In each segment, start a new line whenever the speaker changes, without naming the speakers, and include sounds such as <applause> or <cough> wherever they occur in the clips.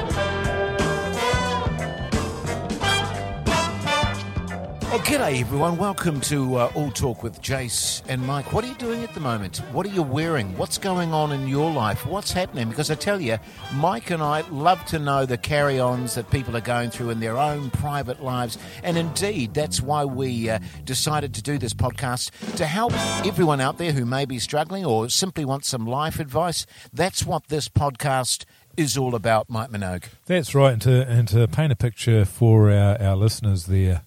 Well, Oh, g'day everyone. Welcome to uh, All Talk with Jace and Mike. What are you doing at the moment? What are you wearing? What's going on in your life? What's happening? Because I tell you, Mike and I love to know the carry-ons that people are going through in their own private lives, and indeed, that's why we uh, decided to do this podcast to help everyone out there who may be struggling or simply wants some life advice. That's what this podcast is all about, Mike Minogue.
That's right. And to, and to paint a picture for our, our listeners there,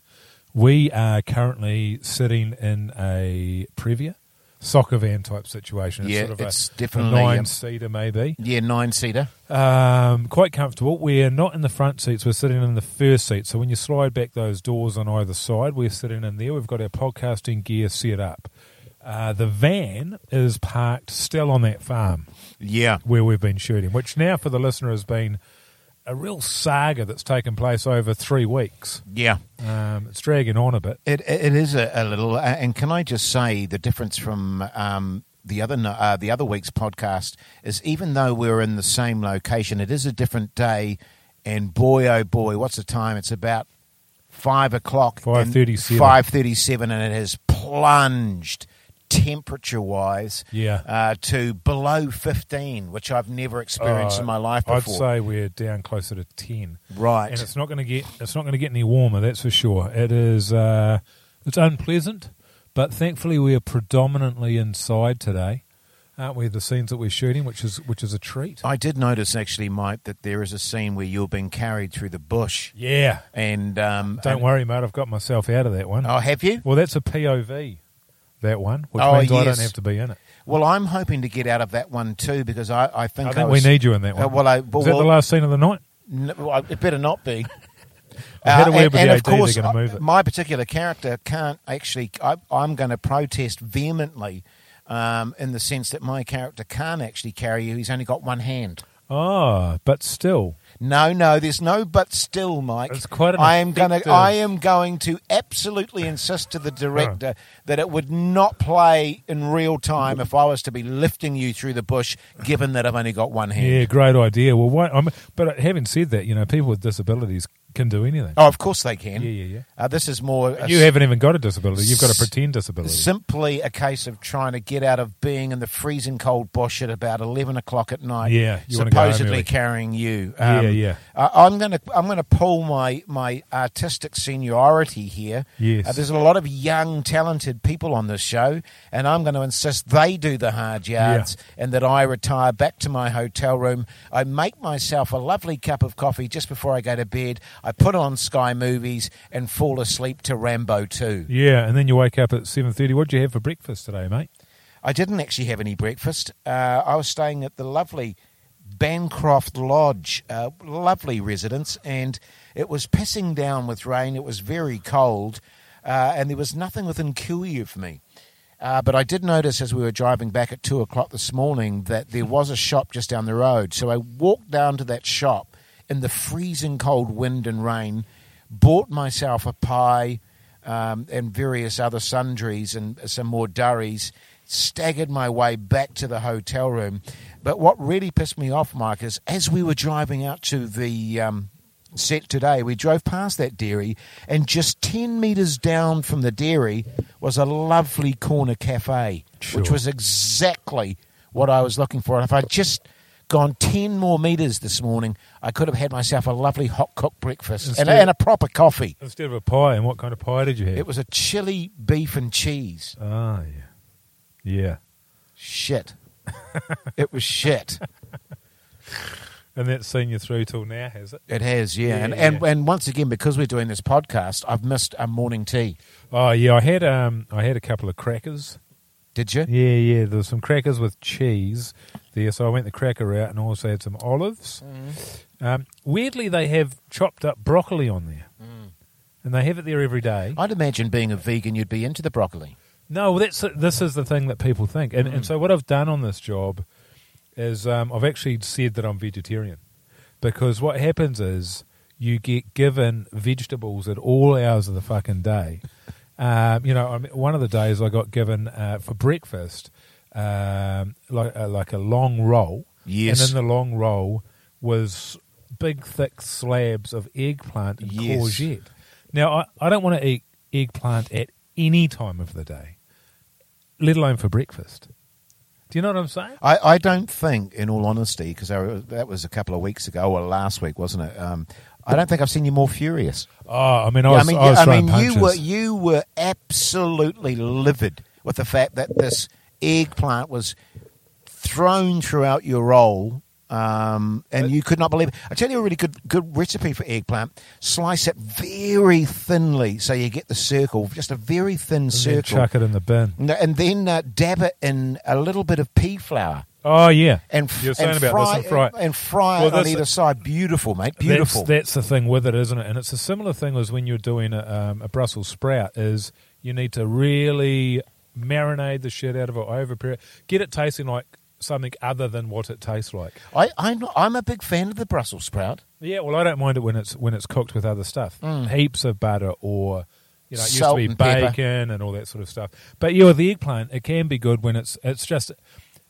we are currently sitting in a Previa soccer van type situation.
Yeah, it's definitely,
a
yep.
nine seater, maybe.
Yeah, nine-seater.
Um, quite comfortable. We're not in the front seats, we're sitting in the first seat. So when you slide back those doors on either side, we're sitting in there. We've got our podcasting gear set up. Uh, the van is parked still on that farm
Yeah.
where we've been shooting, which now for the listener has been a real saga that's taken place over three weeks.
Yeah.
Um, it's dragging on a bit.
It it is a, a little, uh, and can I just say the difference from um, the other no- uh, the other week's podcast is even though we're in the same location, it is a different day, and boy oh boy, what's the time? It's about five o'clock,
5:37.
five thirty seven, and it has plunged temperature wise,
Yeah.
uh, to below fifteen, which I've never experienced in my life
Uh, I'd
before.
say we're down closer to ten.
Right.
and it's not going to get it's not going to get any warmer. That's for sure. It is uh, it's unpleasant, but thankfully we are predominantly inside today, aren't we? The scenes that we're shooting, which is which is a treat.
I did notice actually, Mike, that there is a scene where you're being carried through the bush.
yeah,
And um,
don't worry, mate. I've got myself out of that one.
Oh, have you?
Well, that's a POV. That one, which
Oh,
means I don't
yes.
have to be in it.
Well, I'm hoping to get out of that one too because I, I think
I
I
think
was-
we need you in that one.
Uh, well, I, well,
is that the last scene of the night?
n- well, it better not
<laughs>
be.
I had a
and-
word with
Uh, and
the
of
AD, they're
course, uh,
gonna
I-
move it.
My particular character can't actually. I, I'm going to protest vehemently, um, in the sense that my character can't actually carry you. He's only got one hand.
Ah, but still,
No, no, there's no but still, Mike.
It's quite an
I am going to
effective-
I am going to absolutely insist to the
<laughs>
director that it would not play in real time if I was to be lifting you through the bush given that I've only got one hand.
Yeah, great idea. Well, why, I'm, but having said that, you know, people with disabilities can do anything.
Oh, of course they can.
Yeah, yeah, yeah.
Uh, this is more a
you
s-
haven't even got a disability. You've got a
S-
pretend disability.
simply a case of trying to get out of being in the freezing cold bush at about eleven o'clock at night.
Yeah, you wanna go home
supposedly
early.
carrying you.
Yeah, yeah.
I, I'm gonna I'm gonna pull my my artistic seniority here.
Yes.
Uh, there's a lot of young, talented people on this show, and I'm going to insist they do the hard yards and that I retire back to my hotel room. I make myself a lovely cup of coffee just before I go to bed. I put on Sky Movies and fall asleep to Rambo 2.
yeah, and then you wake up at seven thirty. What did you have for breakfast today, mate?
I didn't actually have any breakfast. Uh, I was staying at the lovely Bancroft Lodge, uh, lovely residence, and it was pissing down with rain. It was very cold, uh, and there was nothing within Kiwi of me. Uh, but I did notice as we were driving back at two o'clock this morning that there was a shop just down the road. So I walked down to that shop in the freezing cold wind and rain, bought myself a pie, um, and various other sundries and some more durries. Staggered my way back to the hotel room, but what really pissed me off, Mike, is as we were driving out to the um, set today, we drove past that dairy, and just ten meters down from the dairy was a lovely corner cafe, which
Sure.
was exactly what I was looking for. And if I'd just gone 10 more meters this morning, I could have had myself a lovely hot cooked breakfast and,
Instead-
and a proper coffee.
Instead of a pie, and what kind of pie did you have?
It was a chili beef and cheese.
ah, yeah, yeah,
Shit. it was shit.
and that's seen you through till now, has it?
It has, yeah.
Yeah,
and,
yeah.
And, and once again, because we're doing this podcast, I've missed a morning tea.
Ah, Oh yeah, I had um, I had a couple of crackers
Did you?
Yeah, yeah. There was some crackers with cheese there, so I went the cracker route and also had some olives. Um, weirdly, they have chopped up broccoli on there, and they have it there every day.
I'd imagine being a vegan, you'd be into the broccoli.
No, well, that's this is the thing that people think, and and so what I've done on this job is um, I've actually said that I'm vegetarian because what happens is you get given vegetables at all hours of the fucking day. um, you know, I mean, one of the days I got given uh, for breakfast um, like uh, like a long roll,
Yes.
and in the long roll was big thick slabs of eggplant and
Yes.
courgette. Now, I, I don't want to eat eggplant at any time of the day, let alone for breakfast. Do you know what I'm saying?
I, I don't think, in all honesty, because that was a couple of weeks ago or last week, wasn't it? Um, I don't think I've seen you more furious.
Oh, I mean, I was, I
mean,
was
you- I
throwing
mean,
punches.
you were you were absolutely livid with the fact that this eggplant was thrown throughout your roll, um, and you could not believe it. I tell you a really good good recipe for eggplant: slice it very thinly, so you get the circle, just a very thin
and then
circle,
chuck it in the bin.
No, and then uh, dab it in a little bit of pea flour.
Oh yeah,
And, f-
you're saying
and
about
fry,
this and fry.
and fry
Well,
it on
this-
either side. Beautiful, mate. Beautiful.
That's, that's the thing with it, isn't it? And it's a similar thing as when you're doing a, um, a Brussels sprout. Is you need to really marinate the shit out of it, over get it tasting like something other than what it tastes like.
I, I'm, not- I'm a big fan of the Brussels sprout.
Yeah, well, I don't mind it when it's when it's cooked with other stuff, heaps of butter or you know, it
Mm. Salt
used to be
and pepper.
bacon and all that sort of stuff. But yeah, with the eggplant, it can be good when it's it's just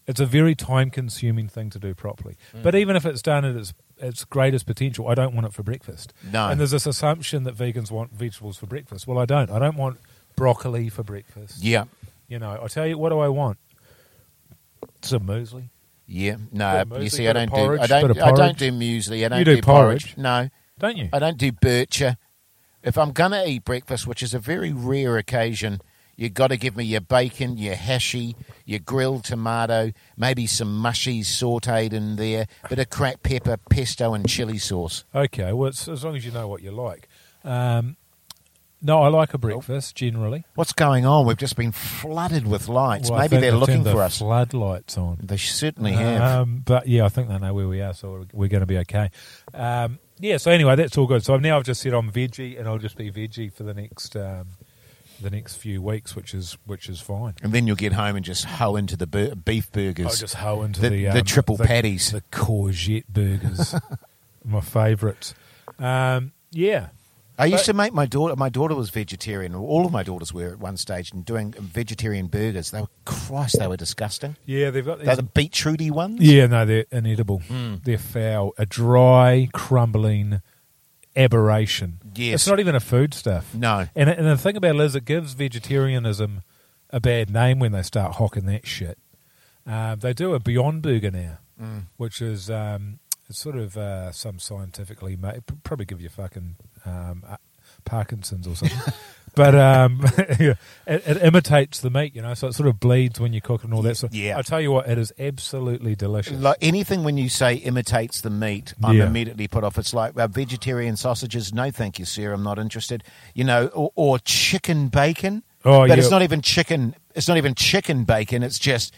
it's a very time consuming thing to do properly.
Mm.
But even if it's done at its its greatest potential, I don't want it for breakfast.
No.
and there's this assumption that vegans want vegetables for breakfast. Well, I don't. I don't want broccoli for breakfast.
Yeah.
You know, I tell you, what do I want? Some muesli.
Yeah, no,
Bit of
you see,
muesli,
I
bit of
don't
porridge,
do, I
bit
don't,
of
I
porridge.
don't do muesli. I don't
do
porridge.
porridge.
No,
Don't you?
I don't do bircher. If I'm gonna eat breakfast, which is a very rare occasion, you got to give me your bacon, your hashy, your grilled tomato, maybe some mushies sautéed in there, bit of cracked pepper, pesto, and chili sauce.
Okay, well, it's, as long as you know what you like. Um, no, I like a breakfast generally.
What's going on? We've just been flooded with lights.
Well, I
maybe
think
they're
they've
looking
turned the
for us.
Floodlights on.
They certainly have.
Um, but yeah, I think they know where we are, so we're, we're going to be okay. Um, yeah. So anyway, that's all good. So now I've just said I'm veggie, and I'll just be veggie for the next um, the next few weeks, which is which is fine.
and then you'll get home and just hoe into the bur- beef burgers.
I'll just hoe into
the,
the
the
um,
triple
the-
patties.
the
<laughs>
courgette burgers, my favourites. Um, yeah.
I used
But-
to make my daughter. My daughter was vegetarian. All of my daughters were at one stage, and doing vegetarian burgers. They were Christ. They were disgusting.
Yeah, they've got these
They're the beetrooty ones.
Yeah, no, they're inedible. They're foul. A dry, crumbling aberration.
Yes.
It's not even a foodstuff.
No.
And, and the thing about it is, it gives vegetarianism a bad name when they start hocking that shit. Um, they do a Beyond Burger now, which is um, it's sort of uh, some scientifically ma- it'd probably give you fucking um, uh, Parkinson's or something. But um, <laughs> yeah, it, it imitates the meat, you know, so it sort of bleeds when you cook it and all that. So
Yeah.
I tell you what, it is absolutely delicious.
Like anything when you say imitates the meat, I'm
Yeah.
immediately put off. It's like uh, vegetarian sausages. No, thank you, sir. I'm not interested. You know, or, or chicken bacon.
Oh,
but
yeah.
it's not even chicken. It's not even chicken bacon. It's just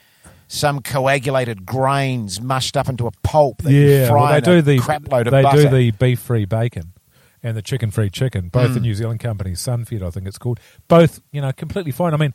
some coagulated grains mushed up into a pulp. That you
yeah,
fry
well, they
in
do
a
the
crap load of
they
butter.
do the beef free bacon and the chicken free chicken. Both
Hmm.
the New Zealand companies, Sunfed, I think it's called. Both, you know, completely fine. I mean,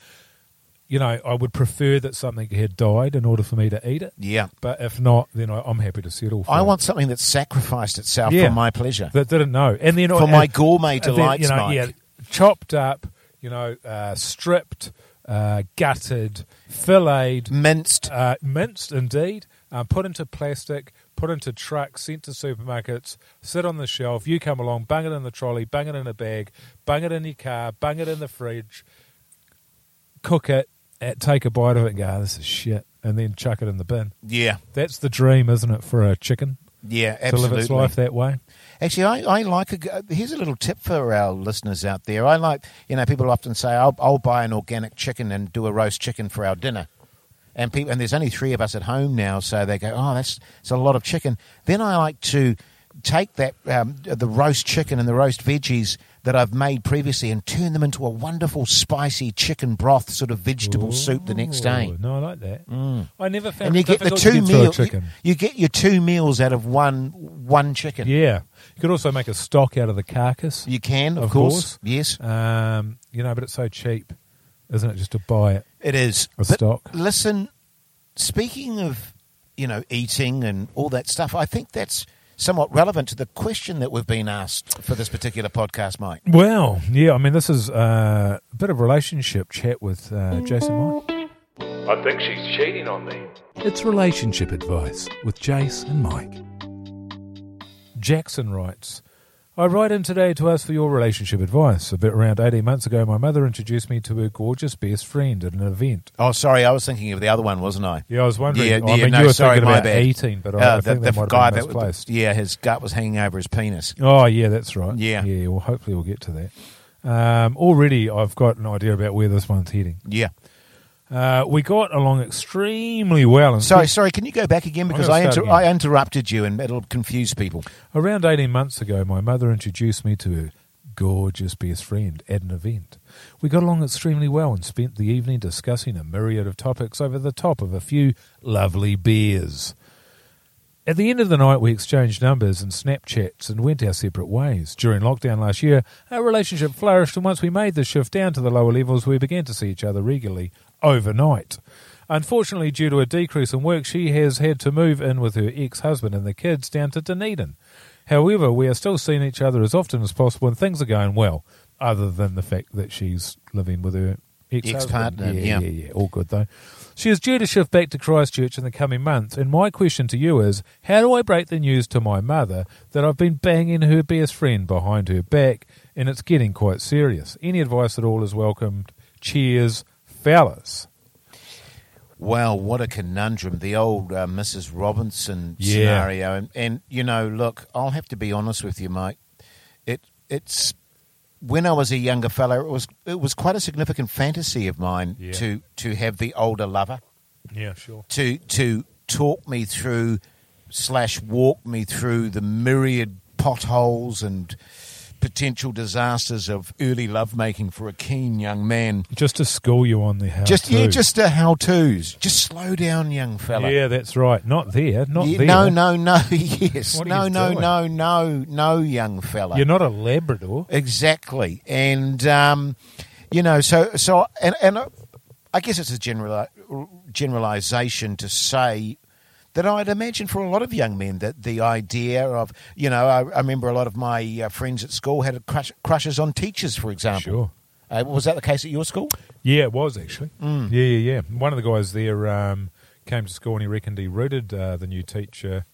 you know, I would prefer that something had died in order for me to eat it.
yeah.
But if not, then I, I'm happy to settle. For
I
it.
want something that sacrificed itself
Yeah.
for my pleasure.
that didn't know, and then
For
and-
my gourmet
and then,
delights,
you know,
Mike.
yeah, chopped up, you know, uh, stripped, uh, gutted, filleted,
Minced.
uh, minced indeed, uh, put into plastic, put into trucks, sent to supermarkets, sit on the shelf. You come along, bung it in the trolley, bung it in a bag, bung it in your car, bung it in the fridge, cook it, eh, take a bite of it, and go, "Oh, this is shit, and then chuck it in the bin.
Yeah,
That's the dream, isn't it, for a chicken
yeah,
to live its
absolutely.
life that way?
Actually, I, I like a. g- uh, Here's a little tip for our listeners out there. I like, you know, people often say, I'll, I'll buy an organic chicken and do a roast chicken for our dinner. And people, and there's only three of us at home now, so they go, oh, that's it's a lot of chicken. Then I like to take that um, the roast chicken and the roast veggies that I've made previously and turn them into a wonderful spicy chicken broth sort of vegetable soup the next day. Mm.
Ooh, No, I like that. I never found
And you
it
get the
difficult to
two
get through a
meals. You,
chicken.
you get your two meals out of one one chicken.
Yeah, you could also make a stock out of the carcass.
You can, of,
Of
course.
course.
Yes,
Um, you know, but it's so cheap, isn't it? Just to buy it.
it is.
A
But
stock.
Listen, speaking of you know eating and all that stuff, I think that's somewhat relevant to the question that we've been asked for this particular podcast, Mike.
Well, yeah. I mean, this is uh, a bit of relationship chat with uh, Jason Mike.
I think she's cheating on me.
It's relationship advice with Jace and Mike.
Jackson writes. I write in today to ask for your relationship advice. About around 18 months ago, my mother introduced me to her gorgeous best friend at an event.
Oh, sorry, I was thinking of the other one, wasn't I?
Yeah, I was wondering.
Yeah,
I
yeah,
mean,
no,
you were
sorry,
thinking
my
about
bad. Oh,
18, but I- I think that might have been misplaced.
yeah, his gut was hanging over his penis.
Oh yeah, that's right.
Yeah.
yeah. Well, hopefully we'll get to that. Um, already, I've got an idea about where this one's heading.
Yeah.
Uh, we got along extremely well. And
Sorry, sorry. Can you go back again because I
gonna
inter-
start
I
again.
interrupted you and it'll confuse people.
Around 18 months ago, my mother introduced me to her gorgeous best friend at an event. We got along extremely well and spent the evening discussing a myriad of topics over the top of a few lovely beers. At the end of the night, we exchanged numbers and Snapchats and went our separate ways. During lockdown last year, our relationship flourished, and once we made the shift down to the lower levels, we began to see each other regularly overnight. Unfortunately, due to a decrease in work, she has had to move in with her ex husband and the kids down to Dunedin. However, we are still seeing each other as often as possible, and things are going well, other than the fact that she's living with her ex
Ex-partner, yeah.
yeah, yeah, yeah, all good though. She is due to shift back to Christchurch in the coming month, and my question to you is how do I break the news to my mother that I've been banging her best friend behind her back and it's getting quite serious? Any advice at all is welcomed. Cheers, fellas.
Wow, what a conundrum. The old uh, Mrs. Robinson
Yeah.
scenario. And, and, you know, look, I'll have to be honest with you, Mike. It It's when I was a younger fellow, it was it was quite a significant fantasy of mine
Yeah.
to to have the older lover
Yeah, sure.
to to talk me through slash walk me through the myriad potholes and potential disasters of early lovemaking for a keen young man.
Just to school you on the house.
Just yeah,
too.
just a how tos. Just slow down, young fella.
Yeah, that's right. Not there. Not
Yeah,
there.
no, no, no. <laughs> Yes,
What are
no,
you
no,
doing?
no, no, no, young fella.
You're not a Labrador.
Exactly, and um, you know, so so, and and uh, I guess it's a general generalization to say that I'd imagine for a lot of young men that the idea of you know, I, I remember a lot of my uh, friends at school had a crush, crushes on teachers, for example.
Sure.
Uh, was that the case at your school?
Yeah, it was actually.
Mm.
Yeah, yeah, yeah. One of the guys there um, came to school and he reckoned he rooted uh, the new teacher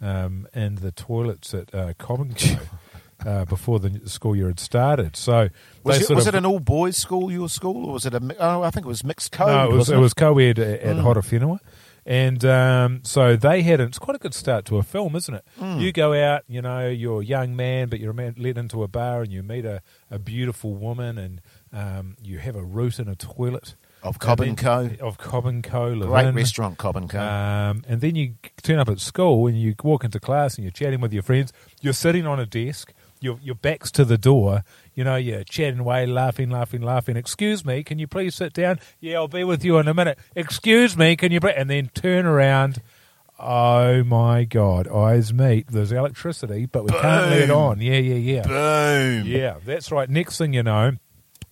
um, in the toilets at uh, Coventry <laughs> uh, before the n- school year had started. So
Was,
they
it,
sort
was
of-
it an all boys school, your school, or was it a? mi- Oh, I think it was mixed code.
no, it was
wasn't Oh.
it was co-ed at, at Horowhenua. And um, so they had it's quite a good start to a film, isn't it?
Hmm.
You go out, you know, you're a young man, but you're a man led into a bar and you meet a, a beautiful woman and um, you have a root in a toilet
Of Cobb and Co.
of Cobb and Co.
Great
Levin.
restaurant, Cobb and Co.
Um, and then you turn up at school and you walk into class and you're chatting with your friends. You're sitting on a desk. Your your back's to the door. You know you're chatting away, laughing, laughing, laughing. Excuse me, can you please sit down? Yeah, I'll be with you in a minute. Excuse me, can you? Please? And then turn around. Oh my God! Eyes meet. There's electricity, but we can't let it on. Yeah, yeah, yeah.
Boom.
Yeah, that's right. Next thing you know,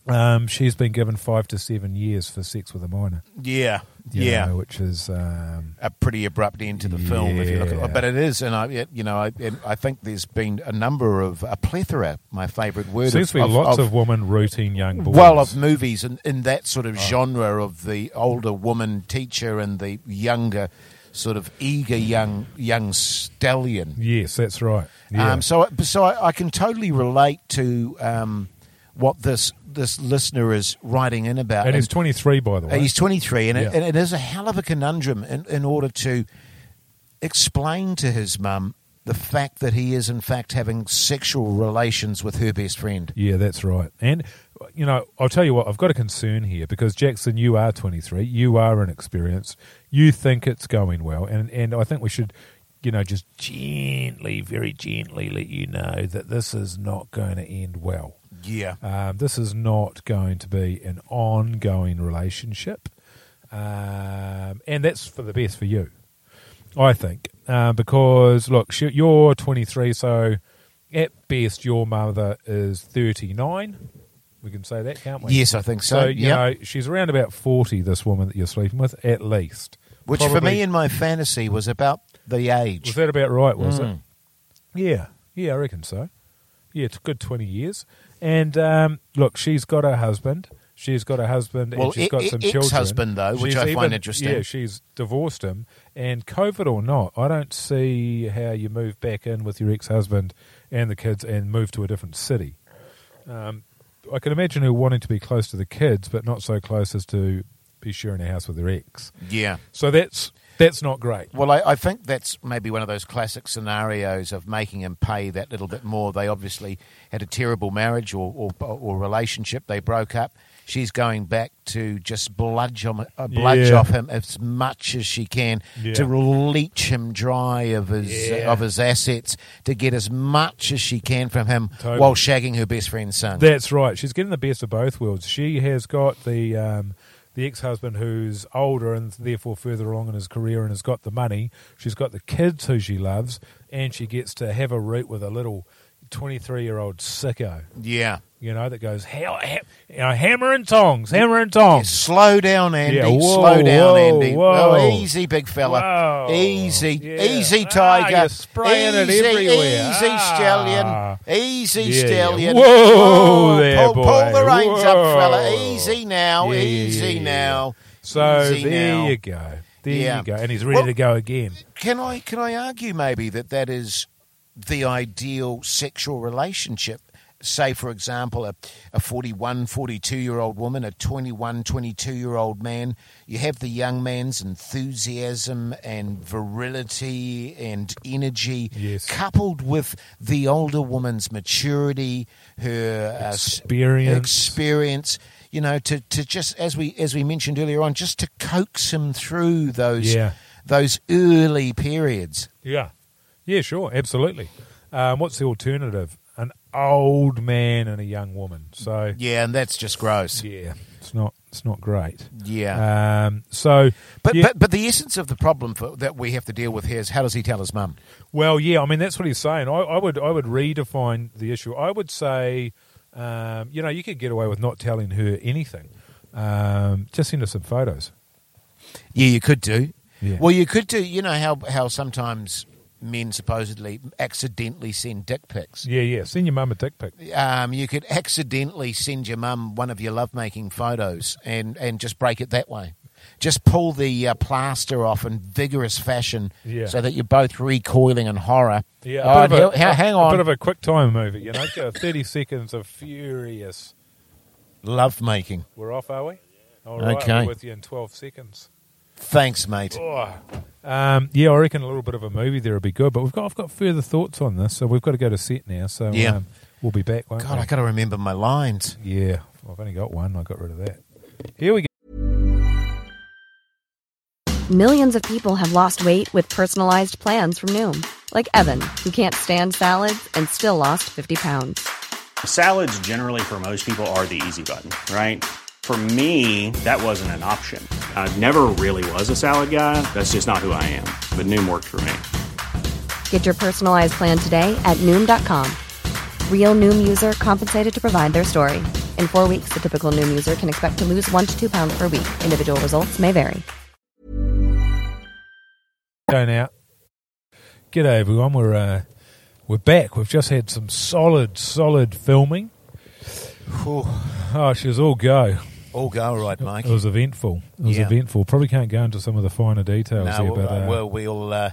um, she's been given five to seven years for sex with a minor.
Yeah.
you
Yeah.
know, which is um,
a pretty abrupt end to the film, if you look at
Yeah.
it. But it is, and I, it- you know, I, and I think there's been a number of a plethora. My favourite word
seems
of,
to be lots of, women rooting young boys.
well of movies in, in that sort
Oh.
of genre of the older woman teacher and the younger, sort of eager young young stallion.
yes, that's right. Yeah.
Um, so, I- so I, I can totally relate to um, what this this listener is writing in about.
and
And
he's 23, by the
Uh,
way.
He's 23, and, it,
Yeah.
and it is a hell of a conundrum in, in order to explain to his mum the fact that he is, in fact, having sexual relations with her best friend.
yeah, that's right. And, you know, I'll tell you what, I've got a concern here because, Jackson, you are 23. You are inexperienced. You think it's going well. And, and I think we should you know, just gently, very gently let you know that this is not going to end well.
Yeah.
Um, this is not going to be an ongoing relationship. Um, and that's for the best for you, I think. Uh, because, look, sh- you're 23, so at best your mother is 39. We can say that, can't we?
Yes, I think so.
So, you
Yep.
know, she's around about 40, this woman that you're sleeping with, at least.
Which for
Probably-
me in my fantasy was about the
was
age.
that about right, was
Mm.
it? Yeah. Yeah, I reckon so. Yeah, it's a good 20 years. And um, look, she's got her husband. She's got her husband
Well,
and she's
e-
got
e-
some children.
ex-husband, though, which
She's
I find interesting.
Yeah, she's divorced him. And COVID or not, I don't see how you move back in with your ex husband and the kids and move to a different city. Um, I can imagine her wanting to be close to the kids, but not so close as to be sharing a house with her ex.
Yeah.
So that's that's not great.
Well, I, I think that's maybe one of those classic scenarios of making him pay that little bit more. They obviously had a terrible marriage or, or, or relationship. They broke up. She's going back to just bludge, on, uh, bludge
Yeah.
off him as much as she can
Yeah.
to leech him dry of his
Yeah.
of his assets to get as much as she can from him
Totally.
while shagging her best friend's son.
That's right. She's getting the best of both worlds. She has got the um, the ex husband who's older and therefore further along in his career and has got the money. She's got the kids who she loves, and she gets to have a root with a little twenty three year old sicko.
yeah.
You know that goes hell, ha- you know, hammer and tongs, hammer and tongs.
Slow down, Andy.
Yeah, whoa,
Slow down,
whoa,
Andy.
whoa.
Oh, easy, big fella.
Whoa.
Easy,
Yeah.
easy,
Ah,
tiger.
you're spraying it
easy,
everywhere.
easy,
Ah.
stallion. Easy,
Yeah, yeah.
stallion.
Whoa
Oh,
there,
pull, pull
boy.
the reins up,
Whoa.
fella. Easy now.
Yeah, yeah,
easy
yeah, yeah.
now.
So
easy
there
now.
you go. There
Yeah.
you go. And he's ready
Well-
to go again.
Can I can I argue maybe that that is the ideal sexual relationship? Say, for example, a, a 41, 42 year old woman, a 21, 22 year old man. You have the young man's enthusiasm and virility and energy,
Yes.
coupled with the older woman's maturity, her uh, s-
Experience.
experience. You know, to, to just as we as we mentioned earlier on, just to coax him through those
Yeah.
those early periods.
Yeah. Yeah, sure. Absolutely. Um, what's the alternative? An old man and a young woman. So
Yeah, and that's just gross.
yeah, it's not it's not great.
Yeah.
Um, so
but,
yeah,
but but the essence of the problem for, that we have to deal with here is how does he tell his mum?
well, yeah. I mean, that's what he's saying. I, I would I would redefine the issue. I would say, um, you know, you could get away with not telling her anything. Um, just send her some photos.
Yeah, you could do.
Yeah.
Well, you could do. You know how how sometimes men supposedly accidentally send dick pics.
Yeah, yeah. Send your mum a dick pic.
Um, you could accidentally send your mum one of your lovemaking photos and, and just break it that way. Just pull the uh, plaster off in vigorous fashion
Yeah.
so that you're both recoiling in horror.
Yeah,
Oh,
a bit of
and he- ha- hang on.
A bit of a quick time movie, you know. Thirty seconds of furious.
lovemaking.
We're off, are we? All right,
Okay.
we're with you in 12 seconds.
Thanks, mate.
Oh. Um, yeah, I reckon a little bit of a movie there would be good, but we've got I've got further thoughts on this, so we've got to go to set now. So
Yeah.
um, we'll be back. Won't
God,
we?
I got to remember my lines.
yeah, I've only got one. I got rid of that. Here we go.
Millions of people have lost weight with personalized plans from Noom, like Evan, who can't stand salads and still lost 50 pounds.
Salads, generally, for most people, are the easy button, right? For me, that wasn't an option. I never really was a salad guy. That's just not who I am. But Noom worked for me.
Get your personalized plan today at Noom.com. Real Noom user compensated to provide their story. In four weeks, the typical Noom user can expect to lose one to two pounds per week. Individual results may vary.
Going out. G'day, everyone. We're uh, we're back. We've just had some solid, solid filming. Oh, she was all go.
All go right, Mike.
It was eventful. It was
Yeah.
eventful. Probably can't go into some of the finer details
No,
here,
well,
but uh,
well, we'll. Uh,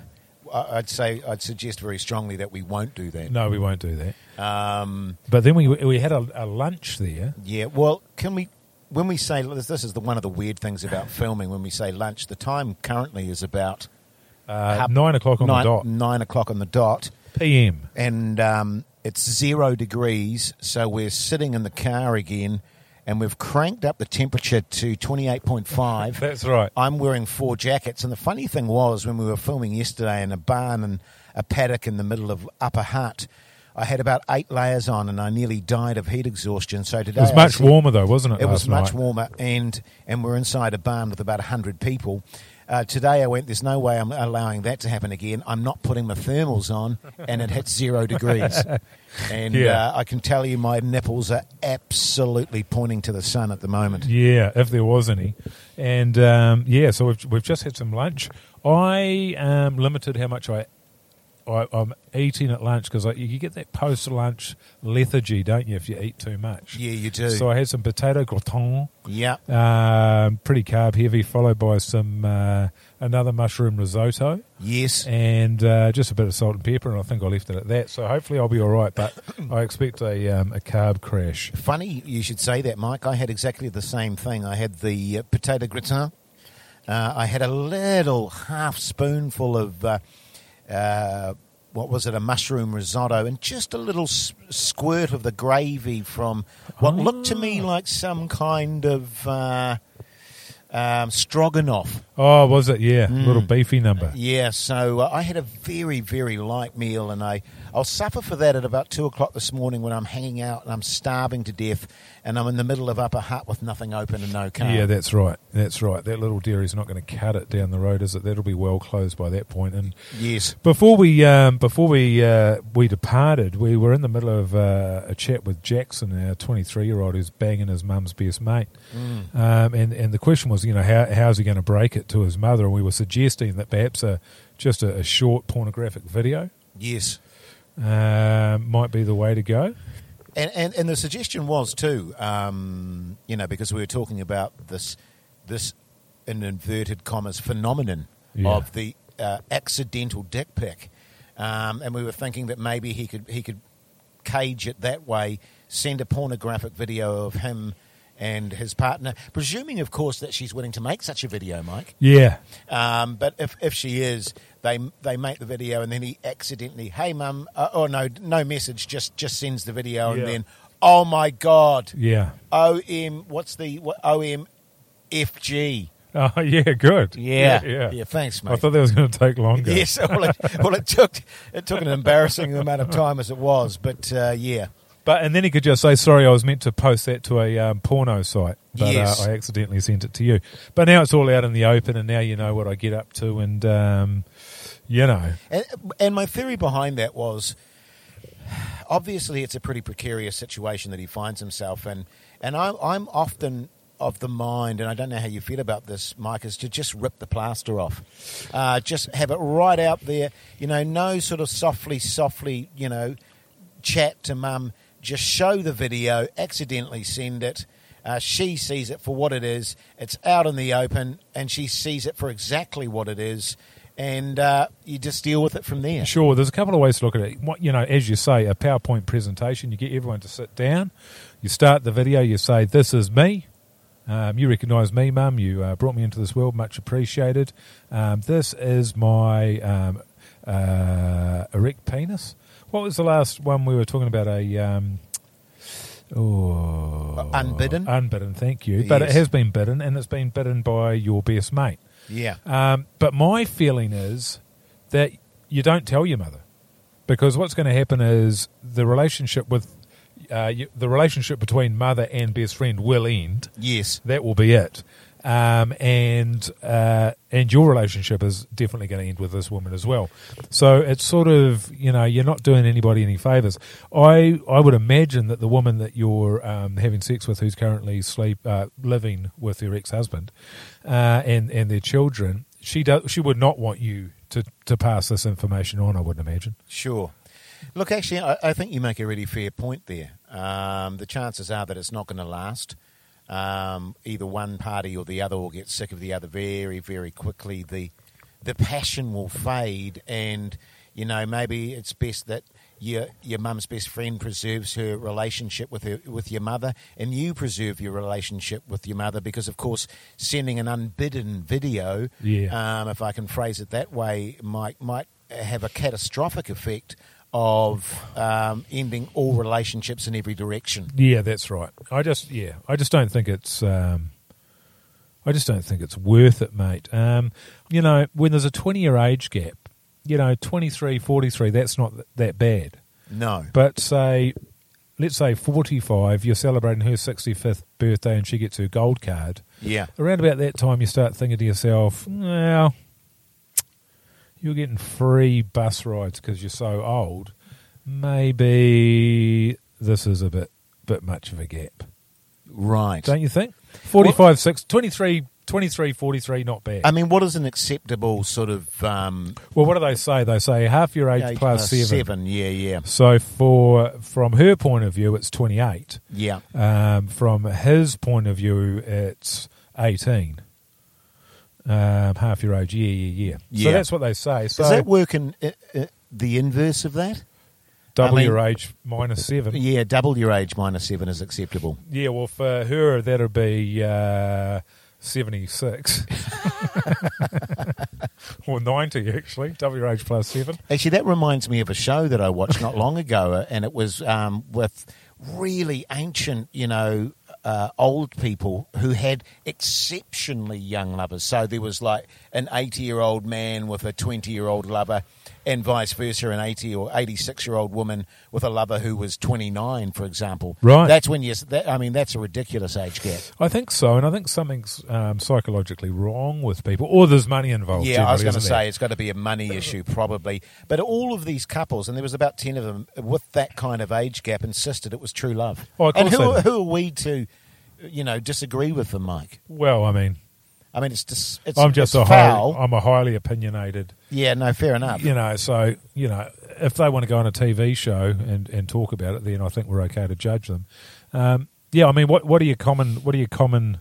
I- I'd say I'd suggest very strongly that we won't do that.
no, we won't do that.
Um,
But then we we had a, a lunch there.
yeah. Well, can we? When we say this, this is the one of the weird things about filming. When we say lunch, the time currently is about
Uh,
half-
nine o'clock on
nine,
the dot.
Nine o'clock on the dot,
PM.
and um, it's zero degrees. So we're sitting in the car again. and we've cranked up the temperature to 28.5.
<laughs> That's right.
I'm wearing four jackets. And the funny thing was, when we were filming yesterday in a barn and a paddock in the middle of Upper Hutt, I had about eight layers on and I nearly died of heat exhaustion. So today
It was
I
much
said-
warmer though, wasn't it?
It
last
was much
night?
warmer, and and we're inside a barn with about hundred people. Uh, today I went. There's no way I'm allowing that to happen again. I'm not putting my thermals on, and it hit
<laughs>
zero degrees. And
Yeah.
uh, I can tell you, my nipples are absolutely pointing to the sun at the moment.
Yeah, if there was any, and um, yeah, so we've we've just had some lunch. I um, limited how much I. I, I'm eating at lunch because you get that post-lunch lethargy, don't you, if you eat too much?
Yeah, you do.
So I had some potato gratin,
Yeah,
um, pretty carb heavy, followed by some uh, another mushroom risotto
yes.
and uh, just a bit of salt and pepper, and I think I left it at that. So hopefully I'll be all right, but I expect a um, a carb crash.
Funny you should say that, Mike. I had exactly the same thing. I had the uh, potato gratin. Uh, I had a little half spoonful of uh, uh, what was it, a mushroom risotto, and just a little s- squirt of the gravy from what looked to me like some kind of uh, um, stroganoff.
Oh, was it? Yeah, little beefy number.
Yeah, so uh, I had a very, very light meal, and I, I'll suffer for that at about two o'clock this morning when I'm hanging out and I'm starving to death, and I'm in the middle of Upper Hutt with nothing open and no car.
Yeah, that's right. That's right. That little dairy's not going to cut it down the road, is it? That'll be well closed by that point. And
yes.
before we um, before we uh, we departed, we were in the middle of uh, a chat with Jackson, our 23 year old who's banging his mum's best mate. Um, and and the question was, you know, how how's he going to break it to his mother? And we were suggesting that perhaps a just a, a short pornographic video
Yes.
uh, might be the way to go.
And, and and the suggestion was too, um, you know, because we were talking about this this in inverted commas phenomenon
Yeah.
of the uh, accidental dick pic, um, and we were thinking that maybe he could he could cage it that way, send a pornographic video of him and his partner, presuming, of course, that she's willing to make such a video, Mike.
Yeah,
Um, but if, if she is, they they make the video and then he accidentally, hey mum, uh, oh no, no message, just just sends the video
Yeah.
and then, oh my god,
yeah.
O M, what's the what, O M F G?
Oh, <laughs> yeah, good.
Yeah.
yeah.
Yeah, thanks,
I
mate.
thought that was going to take longer.
Yes, <laughs> well it, well it took it took an embarrassing amount of time as it was, but uh, yeah,
But and then he could just say, "Sorry, I was meant to post that to a um, porno site, but
Yes.
uh, I accidentally sent it to you." But now it's all out in the open, and now you know what I get up to, and um, you know,
and, and my theory behind that was. Obviously, it's a pretty precarious situation that he finds himself in, and I'm, I'm often of the mind, and I don't know how you feel about this, Mike, is to just rip the plaster off, uh, just have it right out there. You know, no sort of softly, softly, you know, chat to mum. Just show the video, accidentally send it. Uh, she sees it for what it is. It's out in the open, and she sees it for exactly what it is, and uh, you just deal with it from there.
sure, there's a couple of ways to look at it. What you know, as you say, a PowerPoint presentation, you get everyone to sit down, you start the video, you say, "This is me." Um, you recognise me, Mum. You uh, brought me into this world, much appreciated. Um, this is my um, uh, erect penis. What was the last one we were talking about? A um, Oh,
Uh, Unbidden?
Unbidden, thank you. But
Yes.
it has been bidden, and it's been bidden by your best mate.
Yeah.
Um, but my feeling is that you don't tell your mother because what's going to happen is the relationship with uh, you, the relationship between mother and best friend will end.
Yes.
That will be it. Um, and uh, and your relationship is definitely going to end with this woman as well. So it's sort of you know you're not doing anybody any favors. I I would imagine that the woman that you're um, having sex with, who's currently sleep uh, living with her ex husband, uh, and and their children, she does she would not want you to to pass this information on. I wouldn't imagine.
Sure. Look, actually, I, I think you make a really fair point there. Um, the chances are that it's not going to last. Um, either one party or the other will get sick of the other very, very quickly. The the passion will fade, and you know maybe it's best that your your mum's best friend preserves her relationship with her with your mother, and you preserve your relationship with your mother because, of course, sending an unbidden video
Yeah.
um, if I can phrase it that way, might might have a catastrophic effect of um, ending all relationships in every direction.
Yeah, that's right. I just yeah, I just don't think it's um, I just don't think it's worth it, mate. Um, you know, when there's a 20 year age gap, you know, 23, 43, that's not th- that bad.
No.
But say let's say 45, you're celebrating her 65th birthday and she gets her gold card.
Yeah.
Around about that time you start thinking to yourself, well, you're getting free bus rides because you're so old. Maybe this is a bit bit much of a gap.
Right.
Don't you think? 45, 6, 23, 23, 43, not bad.
I mean, what is an acceptable sort of um,
well, what do they say? They say half your age,
age
plus
plus
seven.
seven? Yeah, yeah,
So for from her point of view, it's 28.
yeah.
Um, from his point of view, it's 18. Um, half your age, yeah, yeah, yeah.
Yeah.
So that's what they say. So
Does that work in uh, uh, the inverse of that?
double
I mean-
your age minus seven. Yeah,
Yeah, double your age minus seven is acceptable.
well, for her, that'll be uh, 76. <laughs> or 90, actually. Double your age plus seven.
Actually, that reminds me of a show that I watched not long ago, uh, and it was um, with really ancient, you know, uh, old people who had exceptionally young lovers. So there was like an 80 year old man with a 20 year old lover, and vice versa, an 80 or 86 year old woman with a lover who was 29, for example.
Right.
That's when you, that, I mean, that's a ridiculous age gap.
I think so, and I think something's um, psychologically wrong with people, or there's money involved.
Yeah, I was going to
generally, isn't there?
say it's got to be a money issue, probably. But all of these couples, and there was about ten of them with that kind of age gap, insisted it was true love.
Oh, of
and
course
who,
they do.
who are we to, you know, disagree with them, Mike?
Well, I mean,
I mean, it's just it's,
I'm just
it's
a
foul.
highly, I'm a highly opinionated,
yeah, no, fair enough.
you know. So you know, if they want to go on a TV show and, and talk about it, then I think we're okay to judge them. Um, yeah, I mean, what what are your common? What are your common?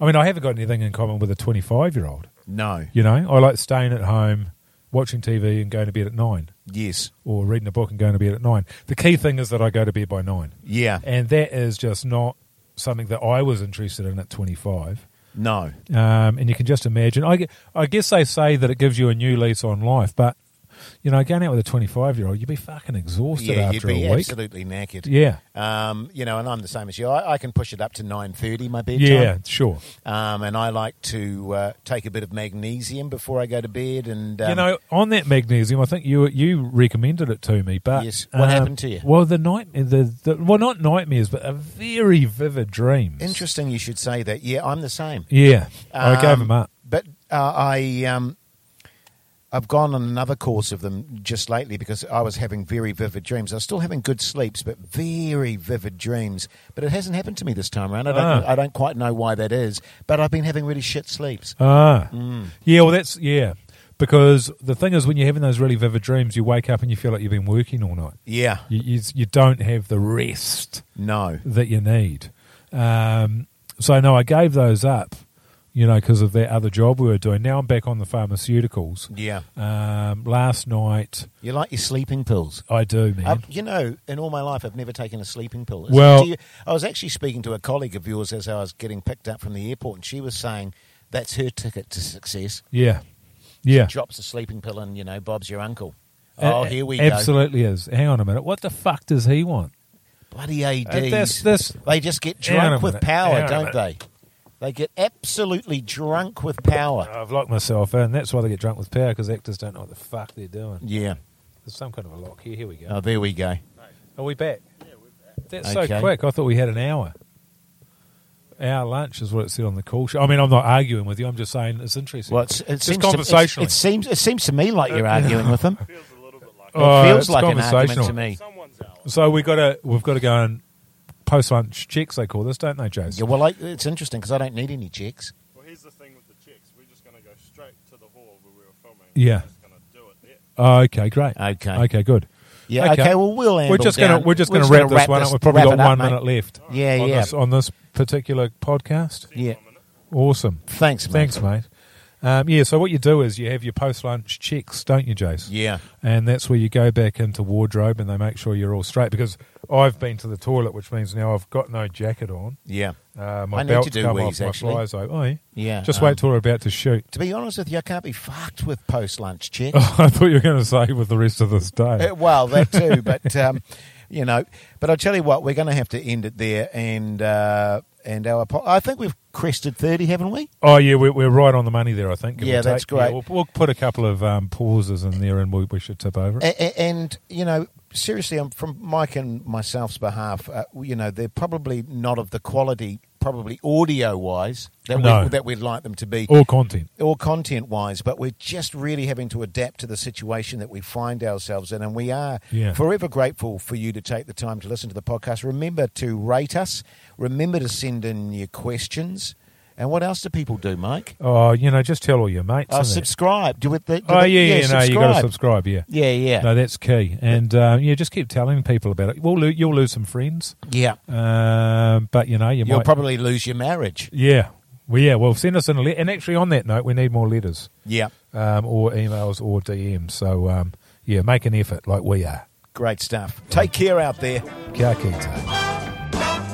I mean, I haven't got anything in common with a 25 year old.
No,
You know, I like staying at home, watching TV, and going to bed at nine,
yes,
or reading a book and going to bed at nine. The key thing is that I go to bed by nine.
yeah,
and that is just not something that I was interested in at 25.
no,
Um, and you can just imagine. I, gue- I guess they say that it gives you a new lease on life, but you know, going out with a 25 year old, you'd be fucking exhausted
yeah, you'd
after
be
a week.
absolutely knackered.
Yeah,
Um, you know, and I'm the same as you. I, I can push it up to nine thirty, my bedtime.
yeah, sure.
Um, and I like to uh, take a bit of magnesium before I go to bed. And um,
you know, on that magnesium, I think you you recommended it to me, but um,
Yes. What happened to you?
Well, the night, the, the well, not nightmares, but a very vivid dreams.
Interesting, you should say that. Yeah, I'm the same.
Yeah, I gave
Um,
them up.
But uh, I, um, I've gone on another course of them just lately because I was having very vivid dreams. I was still having good sleeps, but very vivid dreams. But it hasn't happened to me this time around. I don't,
Ah.
I don't quite know why that is. But I've been having really shit sleeps.
Ah, yeah. Well, that's yeah. Because the thing is, when you're having those really vivid dreams, you wake up and you feel like you've been working all night.
Yeah.
You you, you don't have the rest
No.
that you need. Um, so no, I gave those up. You know, because of that other job we were doing. Now I'm back on the pharmaceuticals.
Yeah.
Um, last night
You like your sleeping pills.
I do, man.
I've, you know, in all my life, I've never taken a sleeping pill. Is-
Well-
do you- I was actually speaking to a colleague of yours as I was getting picked up from the airport, and she was saying that's her ticket to success.
yeah, yeah.
Drops a sleeping pill, and you know, Bob's your uncle.
A-
Oh, here we
Absolutely is. Hang on a minute. What the fuck does he want?
go. Bloody ads.
Uh, this- this-
they just get
Hang on a
drunk with
minute.
power,
Hang on a
don't they? They get absolutely drunk with power.
I've locked myself in. That's why they get drunk with power because actors don't know what the fuck they're doing.
Yeah.
There's some kind of a lock here. Here we go.
Oh, there we go.
Are we back? Yeah, we're back. That's
Okay.
so quick. I thought we had an hour. Our lunch is what it said on the call show. I mean, I'm not arguing with you. I'm just saying it's interesting.
Well, it's, it
Just
seems to- it's-
conversationally.
it seems it seems to me like you're arguing with
<laughs>
them. It
Oh,
feels
it's
like an argument to
conversational.
me.
So we got to we've got to go and post lunch checks. They call this, don't they, Jason?
Yeah, well, I, it's interesting because I don't need any checks.
Well, here's the thing with the chicks. We're just going to go straight to the hall where we were filming.
Yeah.
We're just going to do it there.
Oh, okay, great.
Okay.
okay, good.
Yeah. Okay. well, we'll.
we're
handle
just
down.
gonna we're just
We're
gonna
just
wrap this one up. We've probably
wrap
got
it up,
one
mate.
minute left.
Yeah,
on
yeah.
This, on this particular podcast,
Yeah.
awesome.
Thanks, mate.
Thanks, mate. Um, yeah, so what you do is you have your post lunch checks, don't you, Jace?
Yeah.
And that's where you go back into wardrobe and they make sure you're all straight because I've been to the toilet, which means now I've got no jacket on.
Yeah.
Uh, my
I need
belt
to do
come
wheeze,
off, my
actually.
flies over. Oh, yeah.
Yeah,
Just
um,
wait till we're about to shoot. <laughs>
To be honest with you, I can't be fucked with post lunch checks.
I thought you were going to say with the rest of this day.
Uh, well, that too, <laughs> but um, you know, but I'll tell you what, we're going to have to end it there, and uh, and our apo- I think we've crested thirty, haven't we?
Oh yeah, we're, we're right on the money there. I think. give
Yeah,
or take.
that's great.
we'll, we'll put a couple of um, pauses in there, and we, we should tip over. it.
A- a- and you know, seriously, i from Mike and myself's behalf. Uh, you know, they're probably not of the quality, probably audio wise, that
No.
we, that we'd like them to be.
All content.
or content wise, but we're just really having to adapt to the situation that we find ourselves in. And we are
Yeah.
forever grateful for you to take the time to listen to the podcast. Remember to rate us, remember to send in your questions. And what else do people do, Mike?
Oh, you know, just tell all your mates.
Oh,
and that.
subscribe. Do it. The, do
oh
the-
yeah, yeah, no, you got
subscribe.
to subscribe. Yeah.
Yeah, yeah.
No, that's key, and um, yeah, just keep telling people about it. We'll lo- you'll lose some friends,
yeah.
um, but you know you
You'll
might.
probably lose your marriage.
yeah, well, yeah. Well, send us in a letter. And actually, on that note, we need more letters,
Yeah.
um, or emails, or DMs. So um, yeah, make an effort, like we are.
Great stuff. Take care out there.
Kia kite.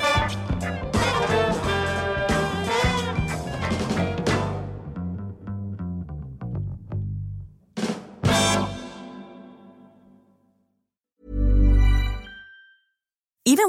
Even